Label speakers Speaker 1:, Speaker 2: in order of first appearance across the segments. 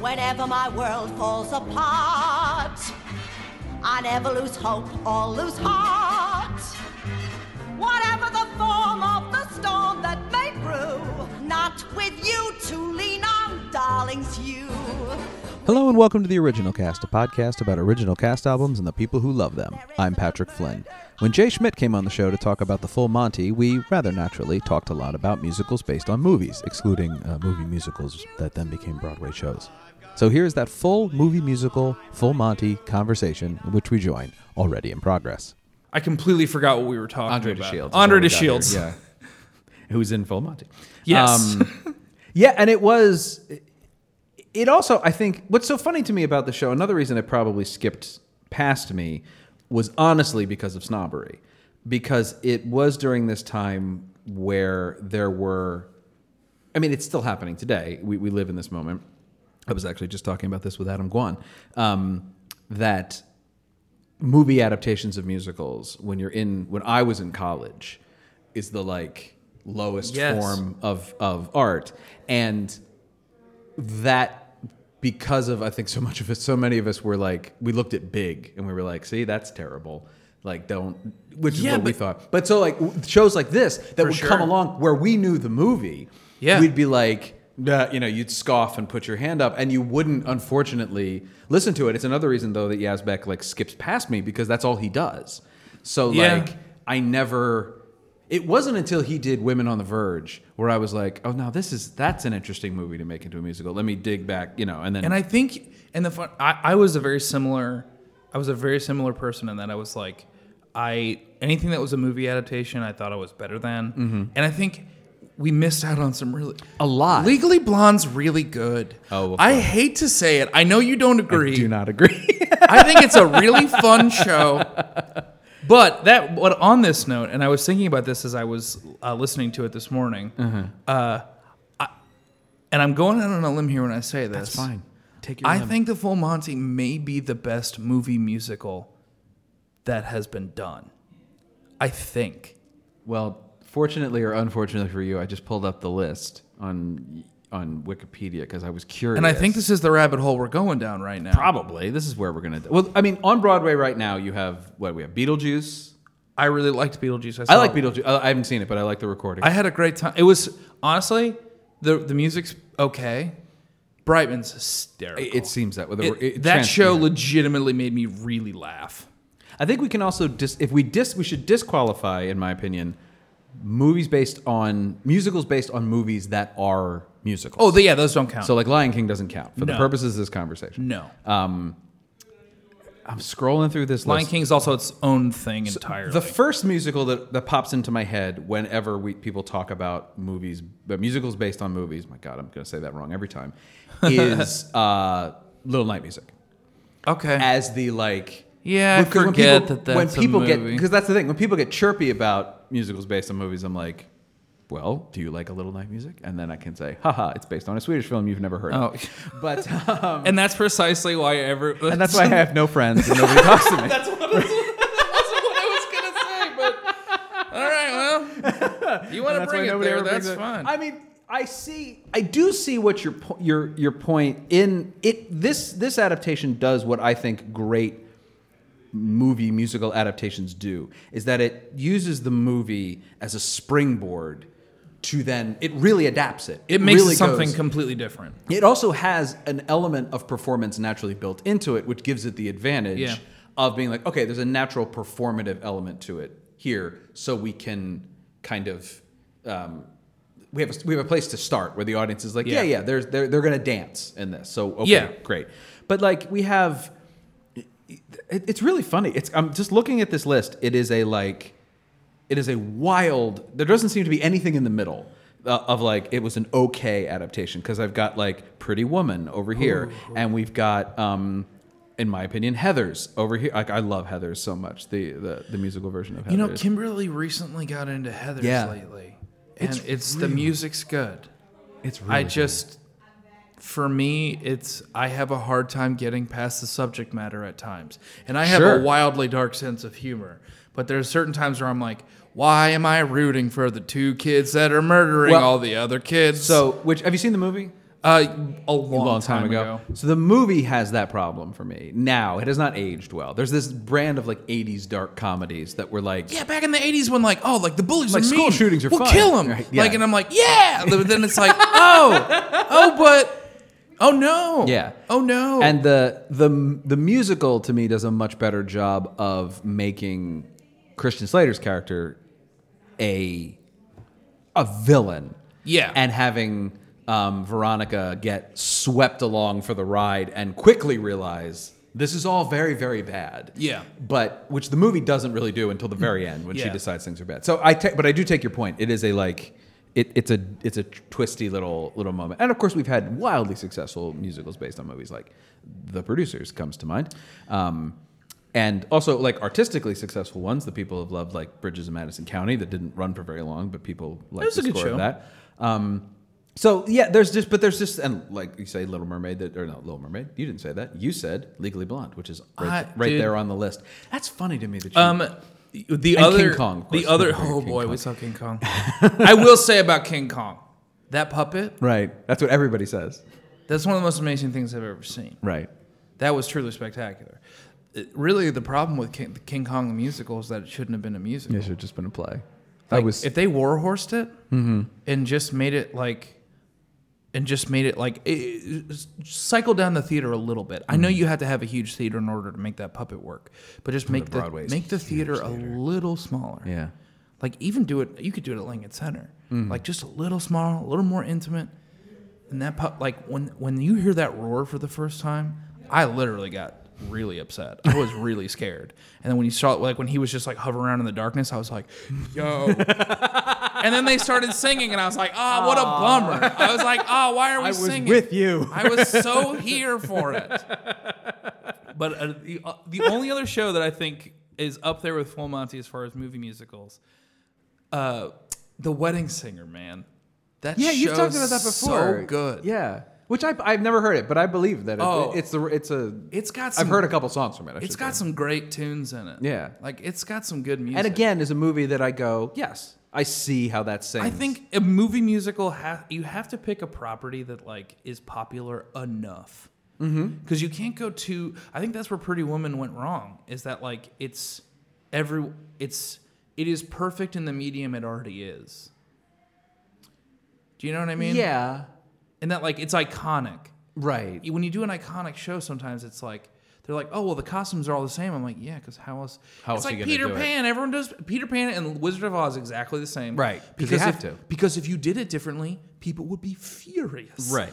Speaker 1: whenever my world falls apart. I never lose hope or lose heart. Whatever the form of the storm that may brew, not with you to lean on, darlings, you.
Speaker 2: Hello and welcome to the Original Cast, a podcast about original cast albums and the people who love them. I'm Patrick Flynn. When Jay Schmidt came on the show to talk about The Full Monty, we rather naturally talked a lot about musicals based on movies, excluding uh, movie musicals that then became Broadway shows. So here is that full movie musical, Full Monty conversation, in which we join, already in progress.
Speaker 3: I completely forgot what we were talking
Speaker 4: Andre
Speaker 3: about.
Speaker 4: DeShields.
Speaker 3: Andre DeShields.
Speaker 4: Yeah. Who's in Full Monty.
Speaker 3: Yes.
Speaker 4: Um, yeah, and it was. It also, I think, what's so funny to me about the show, another reason it probably skipped past me was honestly because of snobbery. Because it was during this time where there were. I mean, it's still happening today. We, we live in this moment. I was actually just talking about this with Adam Guan. Um, that movie adaptations of musicals when you're in when I was in college is the like lowest
Speaker 3: Yes.
Speaker 4: form of of art and that because of I think so much of us so many of us were like we looked at big and we were like see that's terrible like don't which is
Speaker 3: Yeah,
Speaker 4: what we
Speaker 3: but-
Speaker 4: thought but so like w- shows like this that
Speaker 3: For
Speaker 4: would
Speaker 3: sure.
Speaker 4: come along where we knew the movie
Speaker 3: Yeah.
Speaker 4: we'd be like "Nah," you know you'd scoff and put your hand up and you wouldn't unfortunately listen to it it's another reason though that Yazbek like skips past me because that's all he does so
Speaker 3: Yeah.
Speaker 4: like I never it wasn't until he did Women on the Verge where I was like, "Oh, now this is that's an interesting movie to make into a musical. Let me dig back, you know." And then
Speaker 3: And I think, and the fun, I, I was a very similar, I was a very similar person in that I was like, I anything that was a movie adaptation, I thought I was better than, and I think we missed out on some really
Speaker 4: Mm-hmm. A lot.
Speaker 3: Legally Blonde's really good.
Speaker 4: Oh, of
Speaker 3: I
Speaker 4: course.
Speaker 3: hate to say it. I know you don't agree.
Speaker 4: do not agree.
Speaker 3: I think it's a really fun show. But that, but on this note, and I was thinking about this as I was uh, listening to it this morning.
Speaker 4: Uh-huh.
Speaker 3: Uh, I- and I'm going out on a limb here when I say this.
Speaker 4: That's fine. Take your
Speaker 3: I
Speaker 4: limb.
Speaker 3: think The Full Monty may be the best movie musical that has been done. I think.
Speaker 4: Well, fortunately or unfortunately for you, I just pulled up the list on on Wikipedia because I was curious.
Speaker 3: And I think this is the rabbit hole we're going down right now.
Speaker 4: probably this is where we're gonna. Well, I mean, on Broadway right now, you have what we have Beetlejuice.
Speaker 3: I really liked Beetlejuice.
Speaker 4: I
Speaker 3: saw
Speaker 4: like
Speaker 3: it
Speaker 4: Beetlejuice. I I haven't seen it, but I like the recording.
Speaker 3: I had a great time. It was honestly the the music's okay. Brightman's hysterical.
Speaker 4: It- it seems that way. The-
Speaker 3: It-
Speaker 4: it
Speaker 3: that
Speaker 4: trans-
Speaker 3: show
Speaker 4: yeah.
Speaker 3: legitimately made me really laugh.
Speaker 4: I think we can also dis- if we dis we should disqualify, in my opinion, movies based on musicals based on movies that are musicals.
Speaker 3: Oh, the, yeah, those don't count. Uh,
Speaker 4: so like Lion King doesn't count for the
Speaker 3: No.
Speaker 4: purposes of this conversation.
Speaker 3: no,
Speaker 4: I'm scrolling through this
Speaker 3: Lion
Speaker 4: list.
Speaker 3: King's also its own thing entirely.
Speaker 4: The first musical that, that pops into my head whenever we people talk about movies, but musicals based on movies. My God, I'm going to say that wrong every time. Is uh, Little Night Music
Speaker 3: okay,
Speaker 4: as the like?
Speaker 3: Yeah, I
Speaker 4: because
Speaker 3: forget
Speaker 4: people,
Speaker 3: that that's a
Speaker 4: when people get
Speaker 3: movie.
Speaker 4: because that's the thing when people get chirpy about musicals based on movies. I'm like, well, do you like a Little Night Music? And then I can say, haha, it's based on a Swedish film you've never heard.
Speaker 3: Oh.
Speaker 4: of. but um,
Speaker 3: and that's precisely why ever.
Speaker 4: and that's why I have no friends and nobody talks to me.
Speaker 3: that's what, I was, that's what I was gonna say. But all right, well, you want to
Speaker 4: That's
Speaker 3: bring
Speaker 4: why
Speaker 3: it
Speaker 4: nobody
Speaker 3: there?
Speaker 4: ever brings
Speaker 3: That's
Speaker 4: it-
Speaker 3: fine.
Speaker 4: I mean, I see, I do see what your po- your your point in it. This this adaptation does what I think great movie musical adaptations do is that it uses the movie as a springboard to then it really adapts it.
Speaker 3: it makes
Speaker 4: really
Speaker 3: something
Speaker 4: goes-
Speaker 3: completely different.
Speaker 4: it also has an element of performance naturally built into it, which gives it the advantage
Speaker 3: Yeah.
Speaker 4: of being like, okay, there's a natural performative element to it here, so we can kind of um, we have a, we have a place to start where the audience is like, yeah,
Speaker 3: Yeah.
Speaker 4: yeah, there's they're they're gonna dance in this, so okay,
Speaker 3: Yeah.
Speaker 4: great. But like we have, it, it's really funny. It's I'm just looking at this list. It is a like it is a wild there doesn't seem to be anything in the middle uh, of like it was an okay adaptation because i've got like pretty woman over here and we've got um in my opinion heathers over here like i love heathers so much the the, the musical version of heathers
Speaker 3: You know, Kimberly recently got into Heather's
Speaker 4: Yeah.
Speaker 3: lately, and
Speaker 4: It's
Speaker 3: it's, the music's good.
Speaker 4: it's
Speaker 3: I just, for me, it's I have a hard time getting past the subject matter at times, and I have
Speaker 4: Sure.
Speaker 3: a wildly dark sense of humor. But there's certain times where I'm like, why am I rooting for the two kids that are murdering
Speaker 4: Well,
Speaker 3: all the other kids?
Speaker 4: so which have you seen the movie
Speaker 3: Uh, a long,
Speaker 4: a long time, ago. So the movie has that problem for me. Now it has not aged well. There's this brand of like '80s dark comedies that were like,
Speaker 3: Yeah, back in the '80s, when like, oh, like the bullies
Speaker 4: Like,
Speaker 3: are mean.
Speaker 4: school shootings are
Speaker 3: we'll
Speaker 4: fun.
Speaker 3: kill them.
Speaker 4: Right, yeah.
Speaker 3: Like, and I'm like, yeah. But then it's like, oh, oh, but, oh no,
Speaker 4: Yeah.
Speaker 3: oh no,
Speaker 4: And the the the musical to me does a much better job of making Christian Slater's character a a villain.
Speaker 3: Yeah.
Speaker 4: And having um, Veronica get swept along for the ride and quickly realize this is all very very bad.
Speaker 3: Yeah.
Speaker 4: But which the movie doesn't really do until the very end when she
Speaker 3: Yeah.
Speaker 4: decides things are bad. So I ta- but I do take your point. It is a like it, it's a it's a twisty little little moment. And of course we've had wildly successful musicals based on movies like The Producers comes to mind. Um and also like artistically successful ones that people have loved like Bridges in Madison County that didn't run for very long but people like
Speaker 3: was
Speaker 4: the
Speaker 3: a good
Speaker 4: score of
Speaker 3: show.
Speaker 4: that. Um so yeah, there's just but there's just and like you say Little Mermaid that or no Little Mermaid, you didn't say that. You said Legally Blonde, which is right,
Speaker 3: I-
Speaker 4: right
Speaker 3: dude.
Speaker 4: there on the list. That's funny to me that you
Speaker 3: um, the
Speaker 4: And
Speaker 3: other
Speaker 4: King Kong, of
Speaker 3: the
Speaker 4: course.
Speaker 3: other.
Speaker 4: King
Speaker 3: Oh
Speaker 4: Kong.
Speaker 3: boy, we saw King Kong. I will say about King Kong, that puppet.
Speaker 4: Right. That's what everybody says.
Speaker 3: That's one of the most amazing things I've ever seen.
Speaker 4: Right.
Speaker 3: That was truly spectacular. It- really, the problem with King, King Kong the musical is that it shouldn't have been a musical.
Speaker 4: should have just been a play.
Speaker 3: Like, if they warhorsed it
Speaker 4: Mm-hmm.
Speaker 3: and just made it like and just made it like it, it- cycle down the theater a little bit. I
Speaker 4: Mm-hmm.
Speaker 3: know you had to have a huge theater in order to make that puppet work, but just make the,
Speaker 4: Broadway's
Speaker 3: make the theater, a little smaller.
Speaker 4: Yeah.
Speaker 3: Like even do it you could do it at Lincoln Center. Like just a little small, a little more intimate. And that pup like when when you hear that roar for the first time, I literally got really upset. I was really scared. And then when you saw it like when he was just like hovering around in the darkness, I was like, yo. and then they started singing and I was like, ah, what a bummer. I was like, ah, why are we singing?
Speaker 4: you.
Speaker 3: I was so here for it. But uh, the, uh, the only other show that I think is up there with Full Monty as far as movie musicals, uh, The Wedding Singer, man. That
Speaker 4: Yeah, you've
Speaker 3: show's
Speaker 4: talked about that before.
Speaker 3: So good.
Speaker 4: Yeah. Which I I've never heard it, but I believe that it,
Speaker 3: Oh.
Speaker 4: it's the it's a
Speaker 3: It's got some.
Speaker 4: I've heard a couple songs from it. I
Speaker 3: It's
Speaker 4: should
Speaker 3: got
Speaker 4: say.
Speaker 3: some great tunes in it.
Speaker 4: Yeah.
Speaker 3: Like it's got some good music.
Speaker 4: And again, is a movie that I go, yes, I see how that sings.
Speaker 3: I think a movie musical ha- you have to pick a property that like is popular enough.
Speaker 4: Mm-hmm.
Speaker 3: Because you can't go too. I think that's where Pretty Woman went wrong. Is that like it's every it's it is perfect in the medium it already is. Do you know what I mean?
Speaker 4: yeah.
Speaker 3: And that like it's iconic.
Speaker 4: Right.
Speaker 3: When you do an iconic show, sometimes it's like they're like, oh well, the costumes are all the same. I'm like, yeah, because how else?
Speaker 4: How
Speaker 3: it's
Speaker 4: else are
Speaker 3: like
Speaker 4: you gonna
Speaker 3: Peter
Speaker 4: do it?
Speaker 3: Pan. Everyone does Peter Pan and Wizard of Oz exactly the same.
Speaker 4: Right, 'cause you
Speaker 3: Because
Speaker 4: have
Speaker 3: if,
Speaker 4: to.
Speaker 3: Because if you did it differently, people would be furious.
Speaker 4: Right.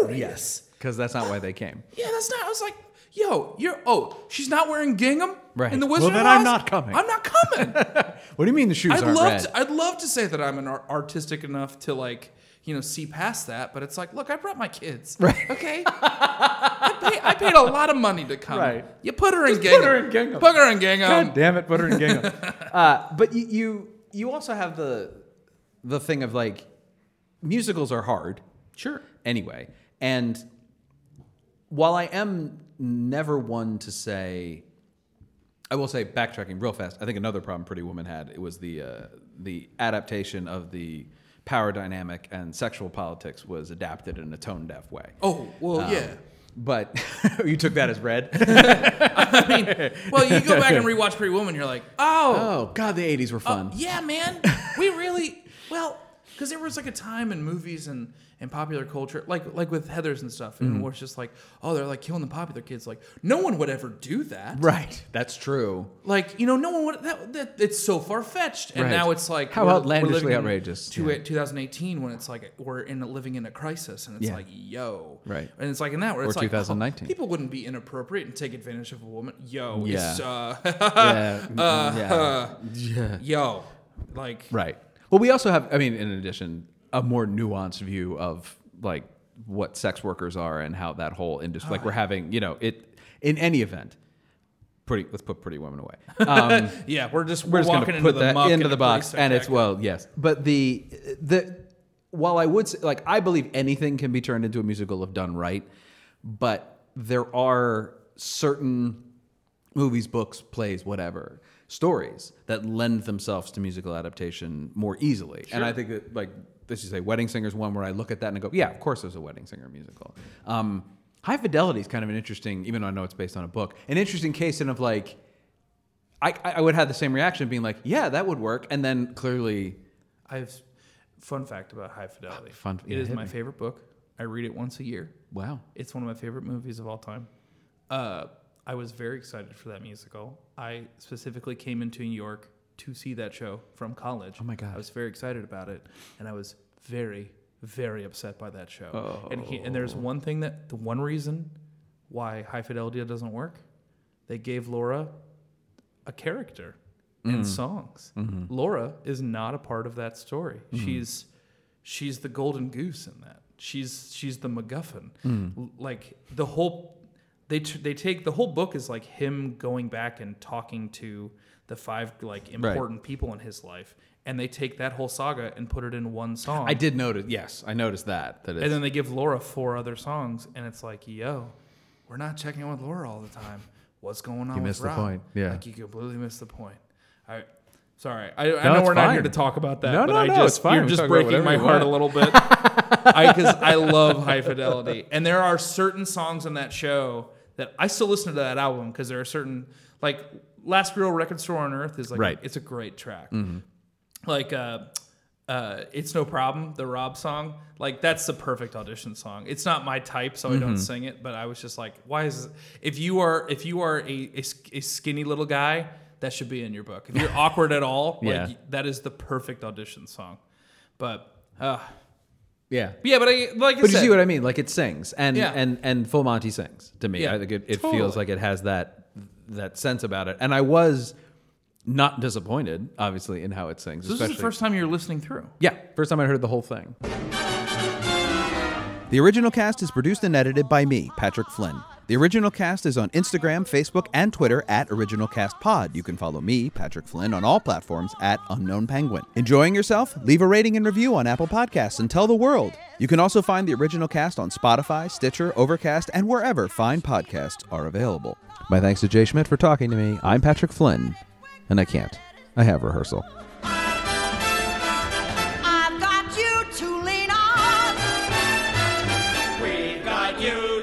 Speaker 3: Furious.
Speaker 4: Because that's not why they came.
Speaker 3: Yeah, that's not. I was like, yo, you're. Oh, she's not wearing gingham.
Speaker 4: Right.
Speaker 3: In the
Speaker 4: Well,
Speaker 3: Wizard
Speaker 4: then
Speaker 3: of Oz.
Speaker 4: I'm not coming."
Speaker 3: I'm not coming.
Speaker 4: What do you mean the shoes
Speaker 3: I'd
Speaker 4: aren't
Speaker 3: love
Speaker 4: red?
Speaker 3: to. I'd love to say that I'm an ar- artistic enough to like you know see past that, but it's like, look, I brought my kids. Right. Okay. I, pay, I paid a lot of money to come.
Speaker 4: Right.
Speaker 3: You put her in
Speaker 4: Just
Speaker 3: gingham.
Speaker 4: put her in gingham.
Speaker 3: Put her in gingham.
Speaker 4: God damn it, put her in gingham. uh, but you, you you also have the the thing of like musicals are hard
Speaker 3: Sure.
Speaker 4: anyway, and while I am never one to say, I will say backtracking real fast. I think another problem Pretty Woman had it was the uh, the adaptation of the power dynamic and sexual politics was adapted in a tone deaf way. Um,
Speaker 3: Oh well, yeah.
Speaker 4: But you took that as read.
Speaker 3: Well, you go back and rewatch Pretty Woman, you're like, oh,
Speaker 4: Oh God, the '80s were fun.
Speaker 3: yeah, man. We really well because there was like a time in movies and and popular culture, like like with Heather's and stuff,
Speaker 4: Mm-hmm.
Speaker 3: and where it's just like, oh, they're like killing the popular kids. Like no one would ever do that.
Speaker 4: Right, that's true.
Speaker 3: Like you know, no one would. That, that it's so far fetched, and
Speaker 4: Right.
Speaker 3: now it's like
Speaker 4: How outlandishly
Speaker 3: living in
Speaker 4: outrageous,
Speaker 3: two-
Speaker 4: yeah.
Speaker 3: 2018, when it's like we're in living in a crisis, and it's
Speaker 4: Yeah.
Speaker 3: like yo,
Speaker 4: Right.
Speaker 3: And it's like in that where it's like oh,
Speaker 4: 2019.
Speaker 3: people wouldn't be inappropriate and take advantage of a woman. Yo,
Speaker 4: Yeah.
Speaker 3: it's, uh,
Speaker 4: yeah. Mm, yeah.
Speaker 3: yo, like
Speaker 4: Right. Well, we also have, I mean, in addition, a more nuanced view of like what sex workers are and how that whole industry, like we're having, you know, it in any event. Pretty. Let's put Pretty Woman away. Um,
Speaker 3: yeah, we're just
Speaker 4: we're
Speaker 3: we're,
Speaker 4: just going
Speaker 3: walking
Speaker 4: to put
Speaker 3: into the
Speaker 4: that
Speaker 3: muck
Speaker 4: into
Speaker 3: and
Speaker 4: the box,
Speaker 3: police are
Speaker 4: and it's
Speaker 3: attacking.
Speaker 4: well, yes. But the the while I would say, like I believe anything can be turned into a musical if done right, but there are certain movies, books, plays, whatever stories that lend themselves to musical adaptation more easily, and I think that like as you say, Wedding Singer's one where I look at that and I go, yeah, of course there's a Wedding Singer musical. Um, High Fidelity is kind of an interesting, even though I know it's based on a book, an interesting case in of like, I, I I would have the same reaction being like, yeah, that would work. And then clearly,
Speaker 3: I have fun fact about High Fidelity.
Speaker 4: Fun- yeah,
Speaker 3: it is
Speaker 4: hit
Speaker 3: my
Speaker 4: me.
Speaker 3: favorite book. I read it once a year.
Speaker 4: wow.
Speaker 3: It's one of my favorite movies of all time. Uh, I was very excited for that musical. I specifically came into New York to see that show from college. Oh
Speaker 4: my God.
Speaker 3: I was very excited about it, and I was very, very upset by that show. And he, and there's one thing that the one reason why High Fidelity doesn't work, they gave Laura a character and songs. Laura is not a part of that story. She's she's the golden goose in that. She's she's the MacGuffin. L- Like the whole they t- they take the whole book is like him going back and talking to the five like important people in his life, and they take that whole saga and put it in one song.
Speaker 4: I did notice, yes, I noticed that. That is,
Speaker 3: And then they give Laura four other songs, and it's like, yo, we're not checking in with Laura all the time. What's going on? with
Speaker 4: missed the
Speaker 3: Rob?
Speaker 4: point. Yeah.
Speaker 3: like you completely missed the point. I, sorry, I, I
Speaker 4: No,
Speaker 3: know
Speaker 4: it's
Speaker 3: we're not here
Speaker 4: fine.
Speaker 3: to talk about that.
Speaker 4: No,
Speaker 3: but
Speaker 4: no,
Speaker 3: I
Speaker 4: no,
Speaker 3: just,
Speaker 4: it's fine.
Speaker 3: You're
Speaker 4: We
Speaker 3: just
Speaker 4: talk about
Speaker 3: breaking
Speaker 4: whatever
Speaker 3: my
Speaker 4: we
Speaker 3: heart
Speaker 4: want.
Speaker 3: a little bit. I because I love High Fidelity, and there are certain songs on that show that I still listen to that album because there are certain like Last Real Record Store on Earth is like
Speaker 4: Right. Mm-hmm.
Speaker 3: it's a great track like uh uh, it's no problem the rob song like that's the perfect audition song it's not my type so i
Speaker 4: Mm-hmm.
Speaker 3: don't sing it but i was just like why is if you are if you are a, a, sk- a skinny little guy that should be in your book if you're awkward at all
Speaker 4: Yeah.
Speaker 3: like that is the perfect audition song but uh
Speaker 4: yeah.
Speaker 3: yeah but i
Speaker 4: But
Speaker 3: like I
Speaker 4: you
Speaker 3: said,
Speaker 4: see what I mean? Like it sings, and
Speaker 3: Yeah.
Speaker 4: and and Full Monty sings to me.
Speaker 3: Yeah,
Speaker 4: I think it, it
Speaker 3: totally.
Speaker 4: feels like it has that that sense about it. And I was not disappointed, obviously, in how it sings.
Speaker 3: this is
Speaker 4: especially,
Speaker 3: the first time you're listening through
Speaker 4: yeah, first time I heard the whole thing.
Speaker 2: The original cast is produced and edited by me, Patrick Flynn. The original cast is on Instagram, Facebook, and Twitter at Original Cast Pod. You can follow me, Patrick Flynn, on all platforms at Unknown Penguin. Enjoying yourself? Leave a rating and review on Apple Podcasts and tell the world. You can also find the original cast on Spotify, Stitcher, Overcast, and wherever fine podcasts are available. My thanks to Jay Schmidt for talking to me. I'm Patrick Flynn, and I can't. I have rehearsal.
Speaker 1: I've got you to lean on.
Speaker 5: We've got you